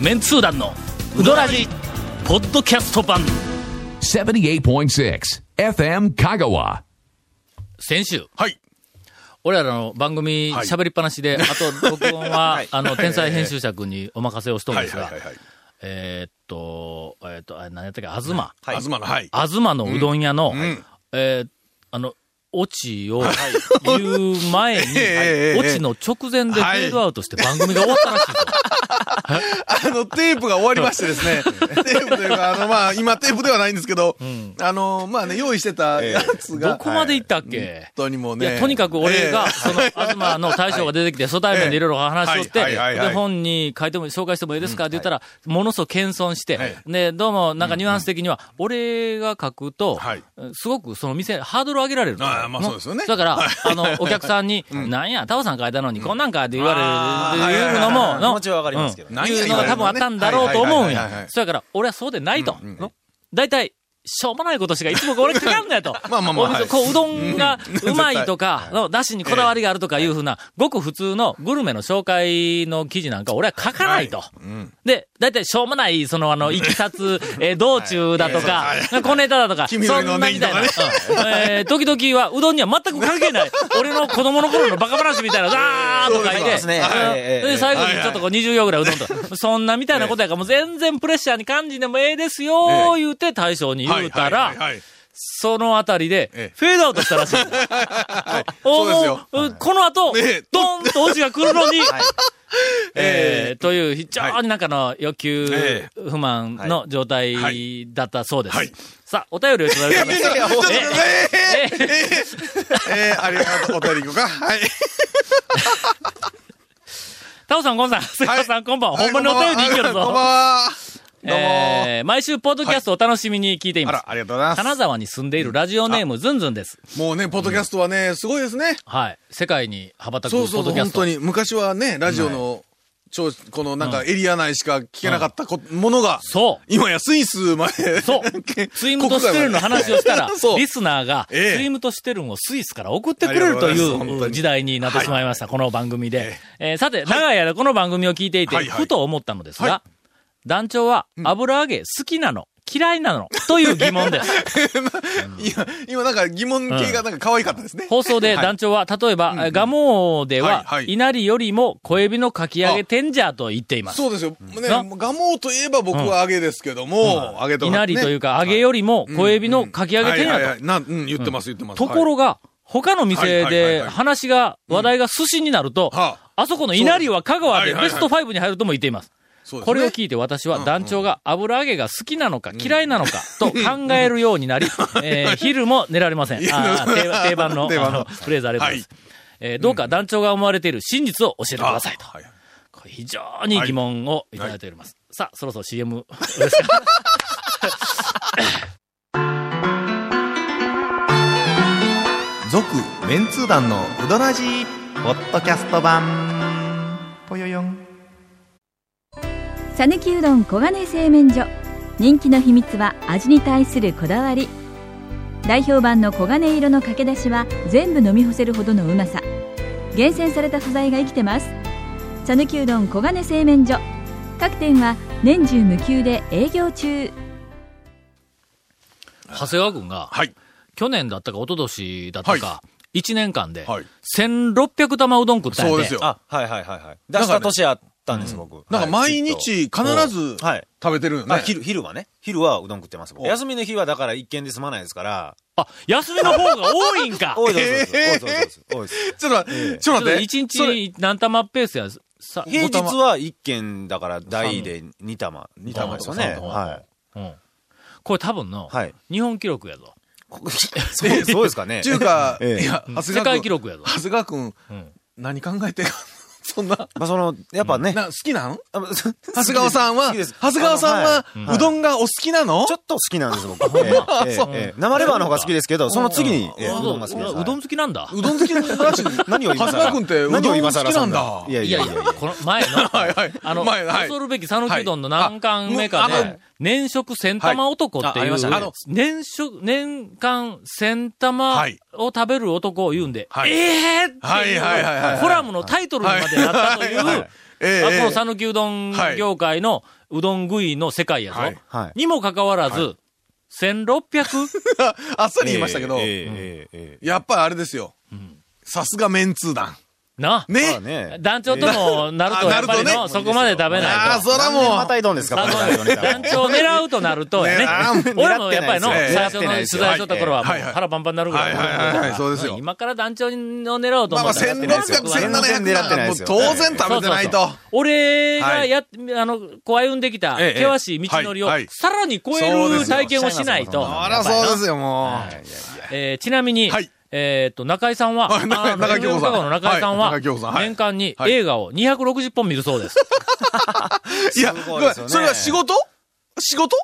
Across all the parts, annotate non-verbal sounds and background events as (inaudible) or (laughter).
メンツー団のウドラジポッドキャスト版78.6 FM Kagawa. 先週はい。俺らの番組はい喋りっぱなし (laughs) で、あと録音は、はいあの天才編集者君にお任せをしとんはいですはいがはいはい。えーっとえーっとあれ何やったっけ東、はい。東の、はい。東のうどん屋の、んえーあのオチを言う (laughs) 前に、ええええオチの直前でフはいェードアウトして番組が終わったらしいぞ。あの、テープが終わりまして (laughs) ですね。テープというか、あの、まあ、今テープではないんですけど、あの、まあね、用意してたやつが。どこまで行ったっけ、本当にもういや、ね。とにかく俺が、えその、東の大将が出てき (laughs) て、初対面でいろいろ話をして、はいはいはいはいで、本に書いても、紹介してもいいですかって言ったら、ものすごく謙遜して、はいで、どうも、なんかニュアンス的には、俺が書くと、はいすごくその店、ハードルを上げられると。ああまあのそうですよねだから、あの、お客さんに、なんや、タオさん書いたのに、こんなんかって言わあれある、言うのはいはいも、はの気持ちはわかりますけどうねん何やいうのが多分あったんだろうと思うんはいはいはいはやい。そやから、俺はそうでないと。の大体、しょうもないことしかいつも俺かかんのやと。まあまあまあお店はいこう、うどんがうまいとか、の、だしにこだわりがあるとかいうふうな、ごく普通のグルメの紹介の記事なんか俺は書かないと。で、大体しょうもない、その、あの、いきさつ、えー、道中だとか、小ネタだとか、そ黄緑のんなネみギたといな。かうんねえー時々は、うどんには全く関係ない。俺の子供の頃のバカ話みたいな、ザーッと書いそうでてす、ねうんええええで、最後にちょっとこう20行ぐらいうどん (laughs) と。そんなみたいなことやから、もう全然プレッシャーに感じんでもええですよ、え言うて大将には言いうたはいら、はいはいそのあたりでええ、フェードアウトしたらし (laughs) い。そうですよおもうこの後ええ、ドーンとオチが来る (laughs) のに、ええーという非常になんかの欲求え不満の状態だったそうですはい。さあ、お便りをいただいておりますいやちょっとええええーえーありがとう。お便り行こうか。はい。タオさん、ゴンさん、セカさん、こんばんは。ほんまにお便りでいけるこんばんぞ。は。どうも。えー毎週、ポッドキャストをお楽しみに聞いていあますら、。ありがとうございま金沢に住んでいるラジオネーム、ズンズンです。す。もうね、ポッドキャストはね、すごいですね。はい。世界に羽ばたくポそうッそうそドう、キャ本スト。当に。昔はね、ラジオの、ちょこのなんかエリア内しか聞けなかったこものが、そう。今やスイスまで。、そう。ツイムとしてるの話をしたら (laughs) そうリスナーが、ツええイムとしてるをスイスから送ってくれるとありがとうございます本い当うに時代になってしまいました、この番組で。えーさて、長い間この番組を聞いていて、はいはいふと思ったのですが、は団長は油揚げ好きなの、嫌いなのという疑問です。いや、今なんか疑問系がなんか可愛かったですね。放送で団長は、例えば、ガモーでは、はいはい稲荷よりも小エビのかき揚げテンジャーと言っています。そうですよ。ね、なガモーといえば僕は揚げですけども、揚げといなりというかか、揚げよりも小エビのかき揚げてんはいはいやはいなうん、言ってます、言ってます。と。ところが、他の店はいはいはいではい話が、話題が寿司になると、はああそこの稲荷は香川でそうでベすスはいトは5に入るとも言っています。そうですこねれを聞いて私は団長が油揚げが好きなのか嫌いなのかと考えるように (laughs) なり、えー昼も寝られません。あー定番定番の定番あののフレーズありがとうございます。えーどうか団長が思われている真実を教えてくださいと。はいこれ非常に疑問をいただいております。さあ、そろそろ CM ですか。続メンツー団のウドラジポッドキャスト版ぽよよんさぬきうどん黄金製麺所人気の秘密は味に対するこだわり代表版の黄金色のかけだしは全部飲み干せるほどのうまさ厳選された素材が生きてますさぬきうどん黄金製麺所各店は年中無休で営業中長谷川君 (laughs) が、はい。去年だったか一昨年だったか、は一1年間で、はい1600玉うどん食ったんやそうてですよ。あはいはいはいはい出した年あったんです、僕なんか毎日必ずはい食べてるよあね。昼昼はね昼はうどん食ってます僕お休みの日はだから一軒で済まないですからあ、休みの方が多いん (laughs) か多いですえ多ーいです多いですちょっと待って、ちちょょっっとと待って。一それ日何玉ペースや。さ、平五日玉は一軒だから大で二玉二玉ですよねとかはうんこれ多分の、はい日本記録やぞ。いそう (laughs) そうですかねっていうか、ええいや、長世谷川界君記録やぞ。長谷川君、うん何考えてんの (laughs) そんな、まあそのやっぱねな好きなんあの長長谷川さん (laughs) は、長谷川さんは、うどんがお好きなのちょっと好きなん (laughs) です、僕。ええええええ生レバーの方が好きですけど、その次に、ええうどんが好きです。うどん好きなんだ。うどん好きならしい。何を今長谷更川君ってうどん何を今更好きなんだそいやいいややいいややいや、この前の、 (laughs) はいはいあの、前はい恐るべき讃岐うどんの難関目かはいあでむ、年食千玉男ってはいいあありうましたねあの、年食、年間千玉はいを食べる男を言うんで、はいええってはいいはいはいはういコラムのタイトルにまでってなったという、はいええあこえのえ讃岐うどん業界のうどん食いの世界やぞ。はいはいにもかかわらず、1600? あっさり言いましたけど、ええええええやっぱりあれですよ。さすがメンツー団。な、 (laughs) ね。まあね。団長ともなると、あやっぱりなるの、とねそこまで食べなあいあ、と。そら何年もまたいどんですか、こ団れ団長を狙うとなるとやねねあ (laughs) ー。俺もやっぱりの、狙ってないです最初のよ取材しとった頃はもうはいはい腹パンパンになるぐらいのはいはいはいはいそうですよ今から団長を狙おうとまあ思まあ、ったらやって1600、ないですよ。 1700全然狙ってもないでうすよ当然食べてなそういとそう。そう俺がはいやっ、あの、こう歩んできた、ええ険しい道のりをはいはい、さらに超えそうでるすよ体験をしないと。そうあら、そうですよ、もはいえーちなみに、はいえーっと、中井さんは、はい中井あの中井京子さんの中井さんは、はい中井京子さんはい年間にはい映画を260本見るそうです。う。いや、すごごめいでんすよねそれは仕事仕事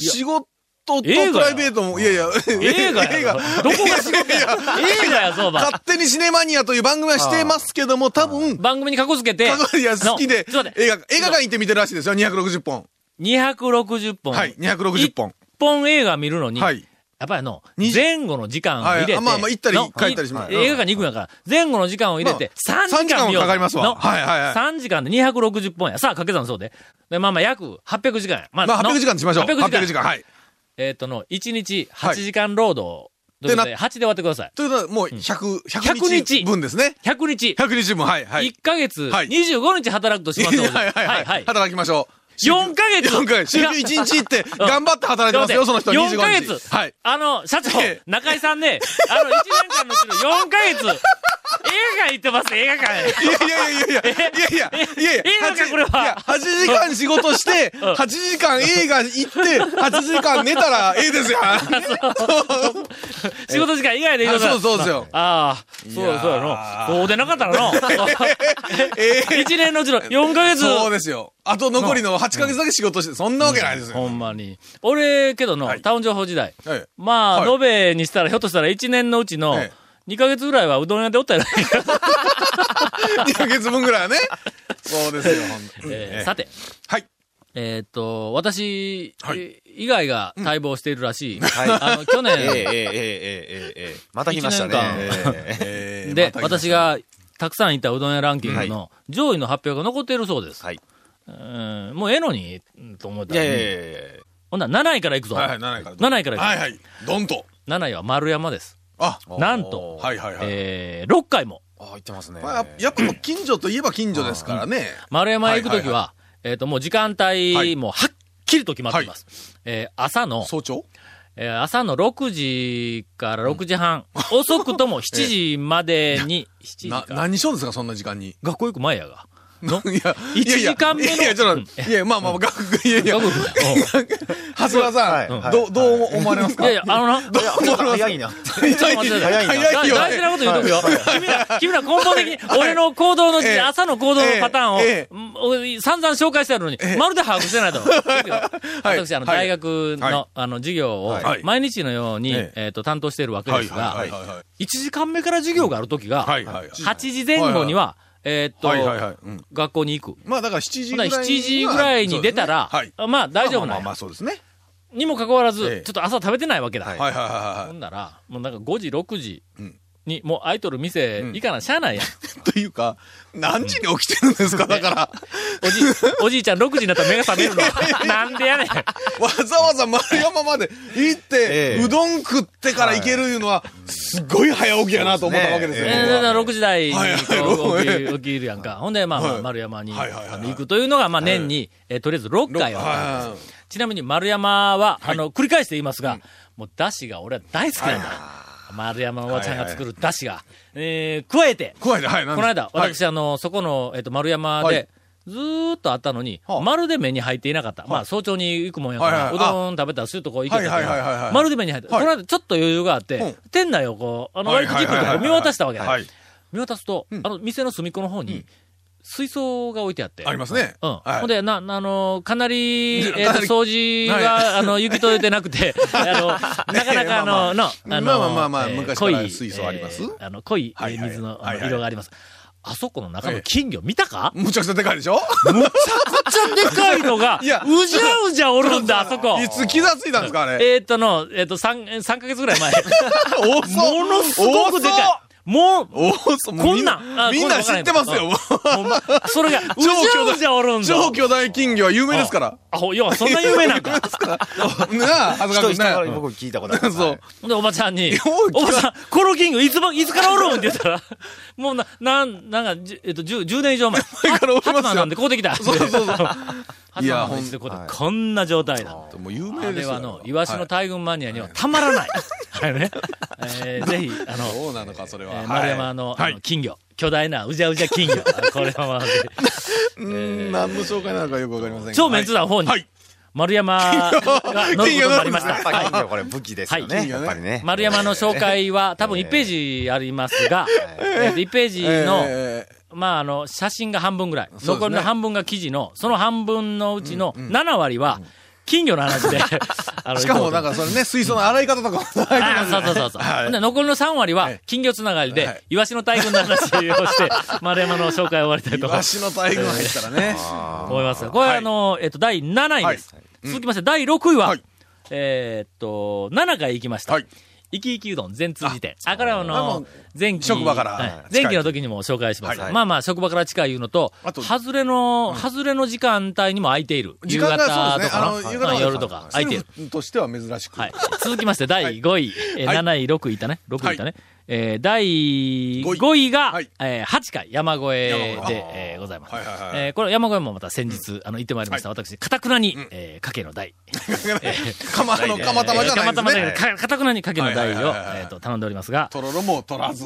いや仕事とプ映画やライベートも、いやいや、映画 (laughs) (laughs) 映やぞ。画どこが仕事や映画やぞ、お前。勝手にシネマニアという番組はしてますけども、多分、番組にかこつけて、いや、好きでのちょっと待っ、て映画、映画館行って見てるらしいですよ、260本。 260本。はい、260本。一本映画見るのに、はい。やっぱりあの、二十前後の時間を入れて、はいあまあまあ行ったりの帰ったりしますい映画館に行くんやから、前後の時間を入れて、まあ3時間見よう。三時間はかかりますわのはいはいはい3時間で260本や。さあ、掛け算そうで。で、まあまあ、約800時間や。ままあ、の800時間にしましょう。 800時間。 800時間。はい。えっとの、1日は8い時間労働。ということで、8で終わってください。ということは、もう100、 100 100日分ですね。 100日、 100日分、はい、はい。 1ヶ月、はい25日働くとしますので。はいはいはい。はい。働きましょう。 4ヶ月4ヶ月。週休1日行 (laughs) って、頑張って働いてますよ、その人は25日。 4ヶ月、はい。あの、社長ええ、中井さんね、あの、1年間のうちの4ヶ月、映画館行ってます、映画館へ。いやいやいやいやいや、いやいやいやいやええのか八これはいや8時間仕事して、8時間映画行 (laughs) って、8時間寝たらええですよ。 (laughs) 仕事時間以外で行あくからそうそうですよ。ああ、そうや、そうやの。そうでなかったらの。 (laughs) ええ1年のうちの4ヶ月。そうですよ。あと残りの8ヶ月だけ仕事して、そんなわけないですほよ。んまに。俺、けどの、はいタウン情報時代。はいまあ、はい延べにしたら、ひょっとしたら1年のうちのええ2ヶ月ぐらいはうどん屋でおったら、 2ヶ月分ぐらいはね。そうですよ、ほんとえーさて、はい。えーっと、私、はいえ以外が待望しているらしい。あの、去ええええええ年えええまた来ましたね。一えええーで、また私がたくさん行ったうどん屋ランキングの上位の発表が残っているそうです。はい。うんもうええのに、と思っいたやらいやいね。やいやほんなら7位から行くぞ。はいはい、7位から。 7位からはい行はい。ドンと。く。7位は丸山です。あ、なんと、はいはいはい。えー、6回も。あ、言ってますね。まあ、やっぱもう近所といえば近所ですからね。丸山へ行くときは、はいはえっ、と、もう時間帯もはっきりと決まっています。えー朝の、早朝えー朝の6時から6時半、遅くとも7時まで (laughs) に、7な時、か。何しようんですか、そんな時間に。学校行く前やが。の (laughs) いや、一時間目のいやいや、ちょっと待って、いや、まあまあ、学校、いやいや学、校行く (laughs) 前。うん長谷川はさいん、はいどう、どう思われますかいやいや、あのな、いや早いな。ちょっと待って早いな早いよ大事なこと言うとくよ。君ら、君ら根本的に、俺の行動の時代、ええ朝の行動のパターンを、ええうん散々紹介してあるのに、まるで把握してないと。私、あの、 (laughs) はい大学はいの、あの、授業をは、い毎日のように、ええっと、担当しているわけはでいすはがい、はいはい。 1時間目から授業がある時が、はいはいはい8時前後には、えっとはいはいはいうん、学校に行く。まあだから7時ほぐんなららいには。 7時ぐらいに出たらそうですね、まあ、はい大丈夫まなあまあまんあ、やそうですね。にもかかわらえずえ、ちょっと朝食べてないわけだ。はいはいはいほはんなら、もうなんか5時、6時んに、もうアイドル店行かな、しゃあないやん。い。というか、何時に起きてるんですか、だから。おじい、 (laughs) おじいちゃん6時になったら目が覚める (laughs) の。なんでやねん。わざわざ丸山まで行ってえ、えうどん食ってから行けるいうのは、すごい早起きやなと思ったわけですよ。そうですえーねだから6時台にはいはいこうはい起き起きるやんか。ほんで、まあまはあ、い丸山にはいはいはいあの行くというのが、まあ年に、えーとりあえず6回は。はいちなみに丸山は、あの、繰り返して言いますが、もう出汁が俺は大好きなんだ。丸山おばちゃんが作る出汁が。えー加えて、怖いね、はい。ここの間、私、あの、そこの、えっと、丸山はでい、ずーっとあったのに、はあまるで目に入っていなかった。まあ、早朝に行くもんやかはいら、はいうどん食べたらすぐとこ行けたかはいはいはいはいはら、いまるで目に入って、こはいの間ちょっと余裕があっうてん、店内をこう、あの、割とじっくりと見渡したわけだはい。見渡すと、あの、店の隅っこの方に、水槽が置いてあって。ありますね。うん。はいほんで、な、なあの、かな (laughs) り、えっ、かなと、り掃除が、はいあの、行き届いてなく (laughs) て、あの、なかなか、あまの、の、の、まあまあまあまあえー昔濃いから水槽ありますえーあの、濃い、えはいーはい水の、あはいのはい色があります。あそこの中の金魚見た (laughs) か、むちゃくちゃでかいでしょむちゃくちゃでかいのが、ういじゃやうじゃおるん (laughs) だ、あそこ。いつ気がついたんですか、あれ。 (laughs) えーっとの、えーっと、3、三ヶ月ぐらい前。多そもうのすごくでかい。もう、おーそうもうこんなんあみみんなこん知なんってますわよ。もほんまそ (laughs) れが、ううじゃうじゃおるんだ。超巨大金魚は有名ですから。あ、ほ、よ、そんな有名なん (laughs) か。なあ、人、恥ず人かからくね。僕聞いたことある。そうはい。で、おばちゃんによ、うおばさん、コロキングいつば、いつからおるんって言ったら、 (laughs) もうな、なん、なんか、じゅえっと、10、10年以上前。前からおりますよハツマンなんでこうてきた。そうそうそう。いやなんでこうてこんな状態だ。もう有あ名でれすはよ。あの、イワシの大群マニアにはたまらない。あれね。えーぜひ、あの、そうなのか、それえーは。はい丸山のあの金魚、巨大なうじゃうじゃ金魚。これはまずうーん何の紹介なのかよくわかりませんが超メンツ団方にはい。丸山が乗ることになりましやたっ。ぱ金魚これ武器ですよはね。いやっぱりね。丸山の紹介は多分1ページありますが、え1ページの、えまあ、あの、写真が半分ぐらい。すね残りの半分が記事の、その半分のうちの7割は、金魚の話 (laughs) で。あーのしか (laughs) もなんかそれね、水槽の洗い方とかも大変あなんーでそうそうそうそう。はいほんで残りの3割はええ、金魚つながりで、はいイワシの大群の話をし (laughs) て、丸山の紹介を終わりたいと思いまわすしの大群入ったらね。思います。これはあの、えっと、第7位です。続きまして、第6位ははい、えーっと、7回行きましたはい。生き生きうどん全通じて。あ、これはああのの、前期。職場からはい近い前期の時にも紹介します。はいまあまあ、職場から近いいうのと、あと外れの、外れの時間帯にも空いている。時間夕が方そうでとすね。あかの、な夕ま方あ夜とか空いている。セルフとしては珍しく。はい。続きまして、第5位、えーはい7位、6位いたね。6位いたね。えー第五位5位がはい、えー8回山越え山越でええーございますはいはい。はいえーこれ山越えもまた先日、あの、行ってまいりました。私、かたくなに、えーかけの台。かま、あの、かま (laughs) たまじゃなかいですまたまね。だけどかかたくなにかけの台はいはを、いはいはいえっと、頼んでおりますが。とろ (laughs) ろも取らず。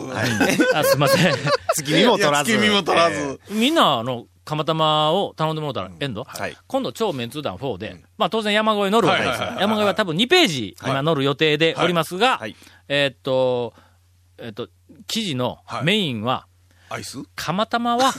あ、すいません。月見も取らず。いや月見も取らずえー。みんな、あの、釜玉を頼んでもらったら、えんど、はい今度、超メンツー団4で、まあ当然山越え乗るわけですよはいはいはいはい山越えは多分2ページ、今乗る予定でおりますが、はいえーっと、えーっと、記事のはいメインは、アイス (laughs) 釜玉は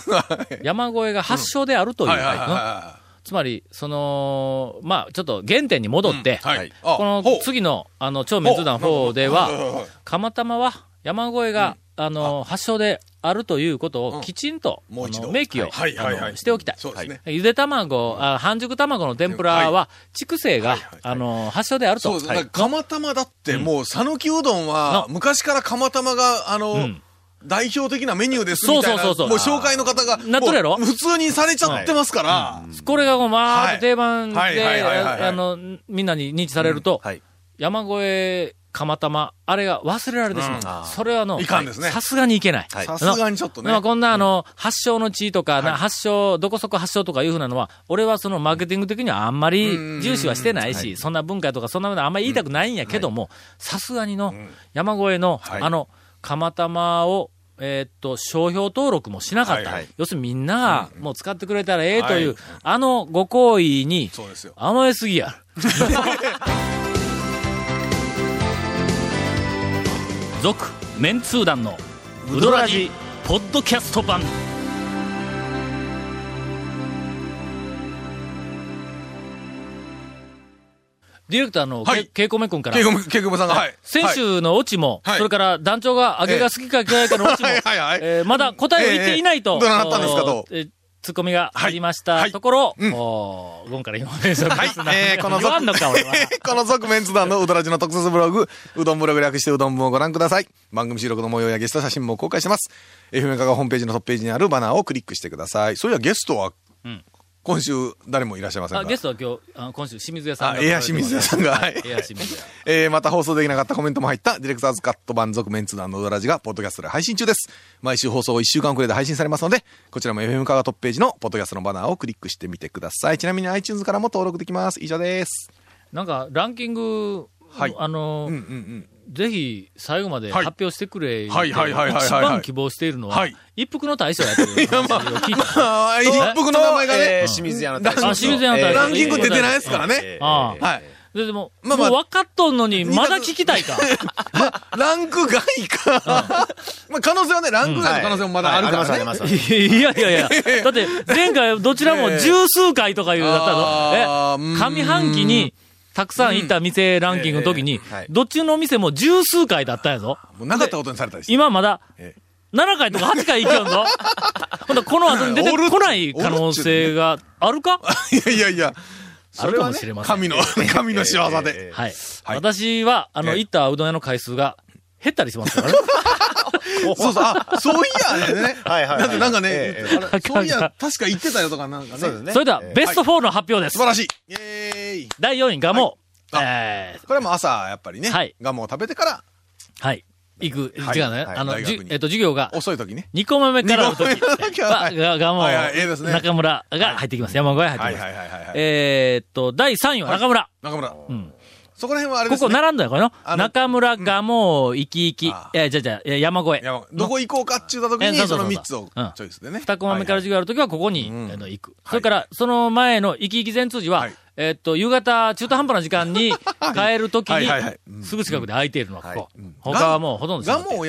山越えが発祥であるという、はいはいはいうんはつまり、その、まあちょっと原点に戻って、い。はい。あこのほう次の、あの、超メンツー団4でほうほうほうほうは、釜玉は山越えが、あの、発祥であるということをきちんと、もう一あ度。の明記を、はいはいはいあはのい。しておきたい。そうですね。ゆで卵、あ半熟卵の天ぷらは、畜生が、あの、発祥であると。そうですはね。だいから釜玉だってもう、讃岐うどんは、う昔から釜玉が、あの、うん代表的なメニューですみたいな。そうそうそうそうもう紹介の方が。なっとるやろもう普通にされちゃってますから。これがもう、まはあ、い定番で、はいはいはいはいはいああの、みんなに認知されると、はい。山越え、釜玉、あれが忘れられてしまう。うんあーそれはあの、いかんですねさすがにいけない。はいさすがにちょっとねまあ。こんなあの、発祥の地とか、な発祥、どこそこ発祥とかいうふうなのは、俺はそのマーケティング的にはあんまり重視はしてないし、そんな文化とかそんなものあんまり言いたくないんやけども、さすがにの、山越えの、はいあの、釜玉を、えーっと、商標登録もしなかっはいたはい。要するにみんながもう使ってくれたらええというはい、あのご行為に、そうですよ。甘えすぎや。 (laughs) 続、メンツー団の、ウドラジ、ポッドキャスト版。ディレクターの、はいけ、けいこめくんからケイ、コブケイコブさんが、はい。先週のオチも、はいそれから団長が揚げが好きか嫌いかのオチも、 (laughs) はいはいはいえーまだ答えを言っていないと、ええどうなったんですかとえーツッコミがありました、はいはいところ、うんおーゴンからインフォメーションですはいえーこの言わんのか、俺は。 (laughs) この続メンツ団のうどらじの特設ブログ、うどんブログ略してうどん部をご覧ください。番組収録の模様やゲスト写真も公開してます。FM カがホームページのトップページにあるバナーをクリックしてください。そういやゲストは、ん今週誰もいらっしゃいませんあが。ゲストは今日、あの今週、清水屋さんあエア清水屋さんがはいはい (laughs) エア清水屋。えーまた放送できなかったコメントも入った、ディレクターズカット版続メンツ団のうどらじが、ポッドキャストで配信中です。毎週放送1週間遅れで配信されますので、こちらも FM カがトップページのポッドキャストのバナーをクリックしてみてください。ちなみに iTunes からも登録できます。以上です。なんか、ランキング、はいあの、うんうんうん。ぜひ最後まではい発表してくれ、言うてはいはいはいはいはいはい一番希望しているのは、はい一服の大将やと (laughs) いう話を聞いた。ああ、一服の名前がね。えー清水屋のあ大清水屋の大将えーランキング出てないですからえね。ーあーはい。ででも、まあまあもう分かっとんのに、まだ聞きたいか。ランク外か。まあ可能性はね、ランク外の可能性もまだあるからはいね。りますありますいやいやい (laughs) や、だって前回どちらも十数回とかいうだったの。あえーう、ん上半期にたくさん行った店ランキングの時にえはい、どっちの店も十数回だったんやぞ。もうなかったことにされたりして。今まだええ7回とか8回行きよん (laughs) ぞ。ほんとこの後に出てこない可能性があるかいやいやいや。あるかもしれませんそれはね神の、神の仕業で。はい。はい私は、あの、ええ行ったうどん屋の回数が減ったりしますからね。そうそう、あ、そういや、ね。はいはいはいだってなんかね、ええあれそういや、確か言ってたよとかなんかね。そうですね。それでは、ええベスト4の発表です素。晴らしい。イェーイ。第4位、ガモ。はいえーこれはもう朝、やっぱりね、はいガムを食べてから、はい。行く、はい違うね。はいあの、大じ (laughs) 学にえっと、授業が、遅い時ね。 2個目からの時二個目の時はは、は (laughs) いが、がもはいはいええですね中村が入ってきます。山小屋は入っていきはまいはいはいす。はい。えーっと、第3位は中村。中村。んそこら辺はあれでこすこね。並んだよ、これの。あの中村、がも生き生きあ。えー、じゃあじゃあえー山越え。いやどこ行こうかって言った時えに、そうそそそううそのう3つをうんチョイスでね。二コマ目からはい授業あるときはここに、うんあの行く。いそれから、その前の生き生き前通時は、はいえーっと、夕方、中途半端な時間 (laughs) に帰るときはいにはいはいうん、すぐ近くで空いているのはここ。ガ他モはもうほとんど閉まガってるモ、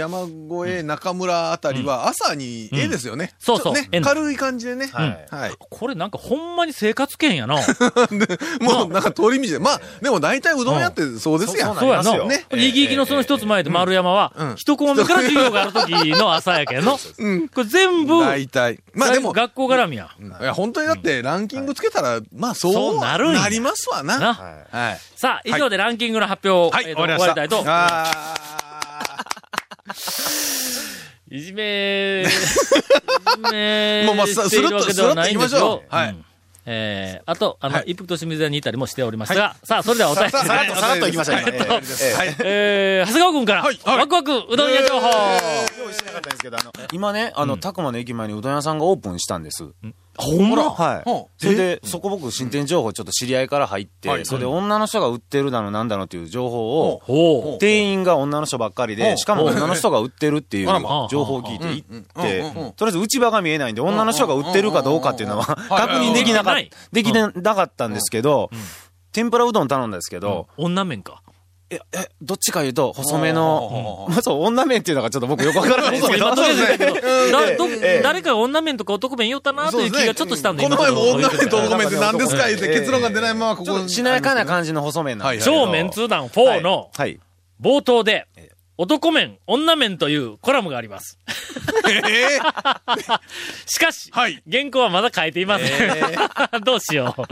山越え、中村あたりは朝に、絵ですよね。そうそうちょっと絵ね、の軽い感じでね。はいはい。これなんかほんまに生活圏や (laughs) な。もうなんか通り道で。まあ、でも大体うどん屋ってそうですやうんん。そうなりますよそうやねな。生き生きのその一つ前で丸山うんうはん、一コマ目から授業がある時の朝やけんの。うん。これ全部、大体。まあでも、学校絡みや。いや、本当にだってランキングつけたら、まあそそううななるんやりますわな。な。はいはい。さあ、以上でランキングの発表を、はい、えー終とわりま終わりした。たいと。あいじめ、いじめ、もうまあしているわけではないんですスルッとよスルッと行きましょうはいんえー、あと、あの、はい一服と清水屋にいたりもしておりましたが、さあ、それではお便りさあさらっと、さらっと行きましょう。はいええええはい。えー、長谷川君から、はいはいワクワクうどん屋情報、用意してなかったんですけど、あの、今ね、あの、たくまの駅前にうどん屋さんがオープンしたんです。ほんまほはい。うそれで、そこ僕、新店情報ちょっと知り合いから入っはて、いそれで女の人が売ってるだのなんだのっていう情報を、ほう。店員が女の人ばっかりほで、うしかも女の人が売ってるっていうあらま情報を聞いて行っうんうんうんうんて、とりあえず内場が見えないんで、女の人が売ってるかどうかっていうのは (laughs) 確認できなかっはいた、できなかったんですけど、天ぷらうどん頼んだんですけど、女面か。え、え、どっちか言うと、細めほうほうほのう、まあ (laughs) そう、女麺っていうのがちょっと僕よくわからないんですけ (laughs) ど、今、とりあ (laughs) えずだけど、だどええ誰かが女面とか男面言おったなという気がちょっとしたんで、この今前も女面と男面って何ですか言ええって結論が出ないままこちょっことしなやかな感じの細麺なんですけど。超メンツー団4のはい。はい冒頭で、男面、女面というコラムがあります。じ。ええしかし、はい原稿はまだ書いていません。 (laughs) どうしよう。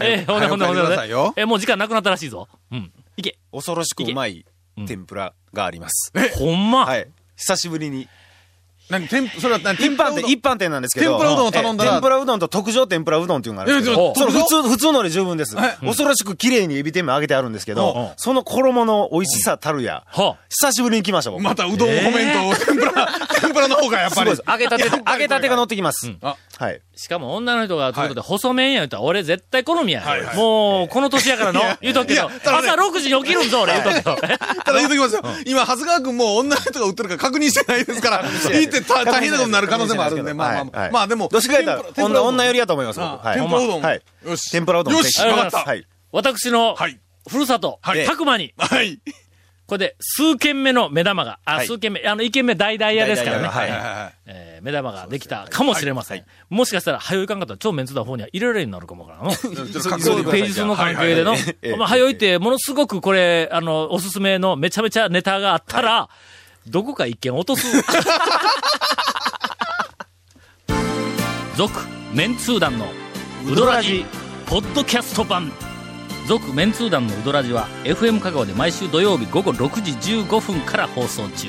えー、ほんでほんでほんで早くほん帰ってくださいでよ。えーもう時間なくなったらしいぞ。うん。いけ。恐ろしくうまいうん天ぷらがあります。ほんま。はい。久しぶりに。何、天ぷそれは何、一天ぷら般うどん店、一般店なんですけど。天ぷらうどんを頼んだらええ天ぷらうどんと特上天ぷらうどんっていうのがあるんでえすけえど。ちそょの普通、普通ので十分ですえ。恐ろしく綺麗にエビ天も揚げてあるんですけうんうんど、その衣の美味しさたるや。は久しぶりに来ました、僕。またうどんコメント、天ぷら、 (laughs) 天ぷらの方がやっすぱごいりです。。揚げたて、揚げたてが乗ってきまうすん。あはい。しかも女の人が、ということで、細麺や言うたら、俺絶対好みや。はいはいもう、この年やからの、言うとくけど、いやただね朝6時に起きるんぞ、俺、言うとくけど。ただ言うときますよ。今、長谷川くんもう女の人が売ってるか確認してないですから、言ってた大変なことになる可能性もあるんで、まあまあまはあ。いまあでも。どっちかやったら、女、女より。りやと思います、あ僕はい天ぷらうどんよしはい。天ぷらうどん。よしぜひわかったはい。私の、はい。ふるさと、はいたくまに、はい。これで数軒目の目玉が、あ、はい数軒目、あの、一軒目大々屋ですからね。大々屋ははいいえー目玉ができたかもしれません。もしかしたら、早いかんかったら、超メンツだ方には入れられるようになるかもわからんの。ちょっとそう確そ認ういしてうくだペさいージ数の関係でのはいはいえ、えまあ、早いって、ものすごくこれ、あの、おすすめのめちゃめちゃネタがあったら、どこか一件落とす。 (laughs) 続、メンツー団の、ウドラジ、ポッドキャスト版。続、メンツー団のウドラジは、FM 香川で毎週土曜日午後6時15分から放送中。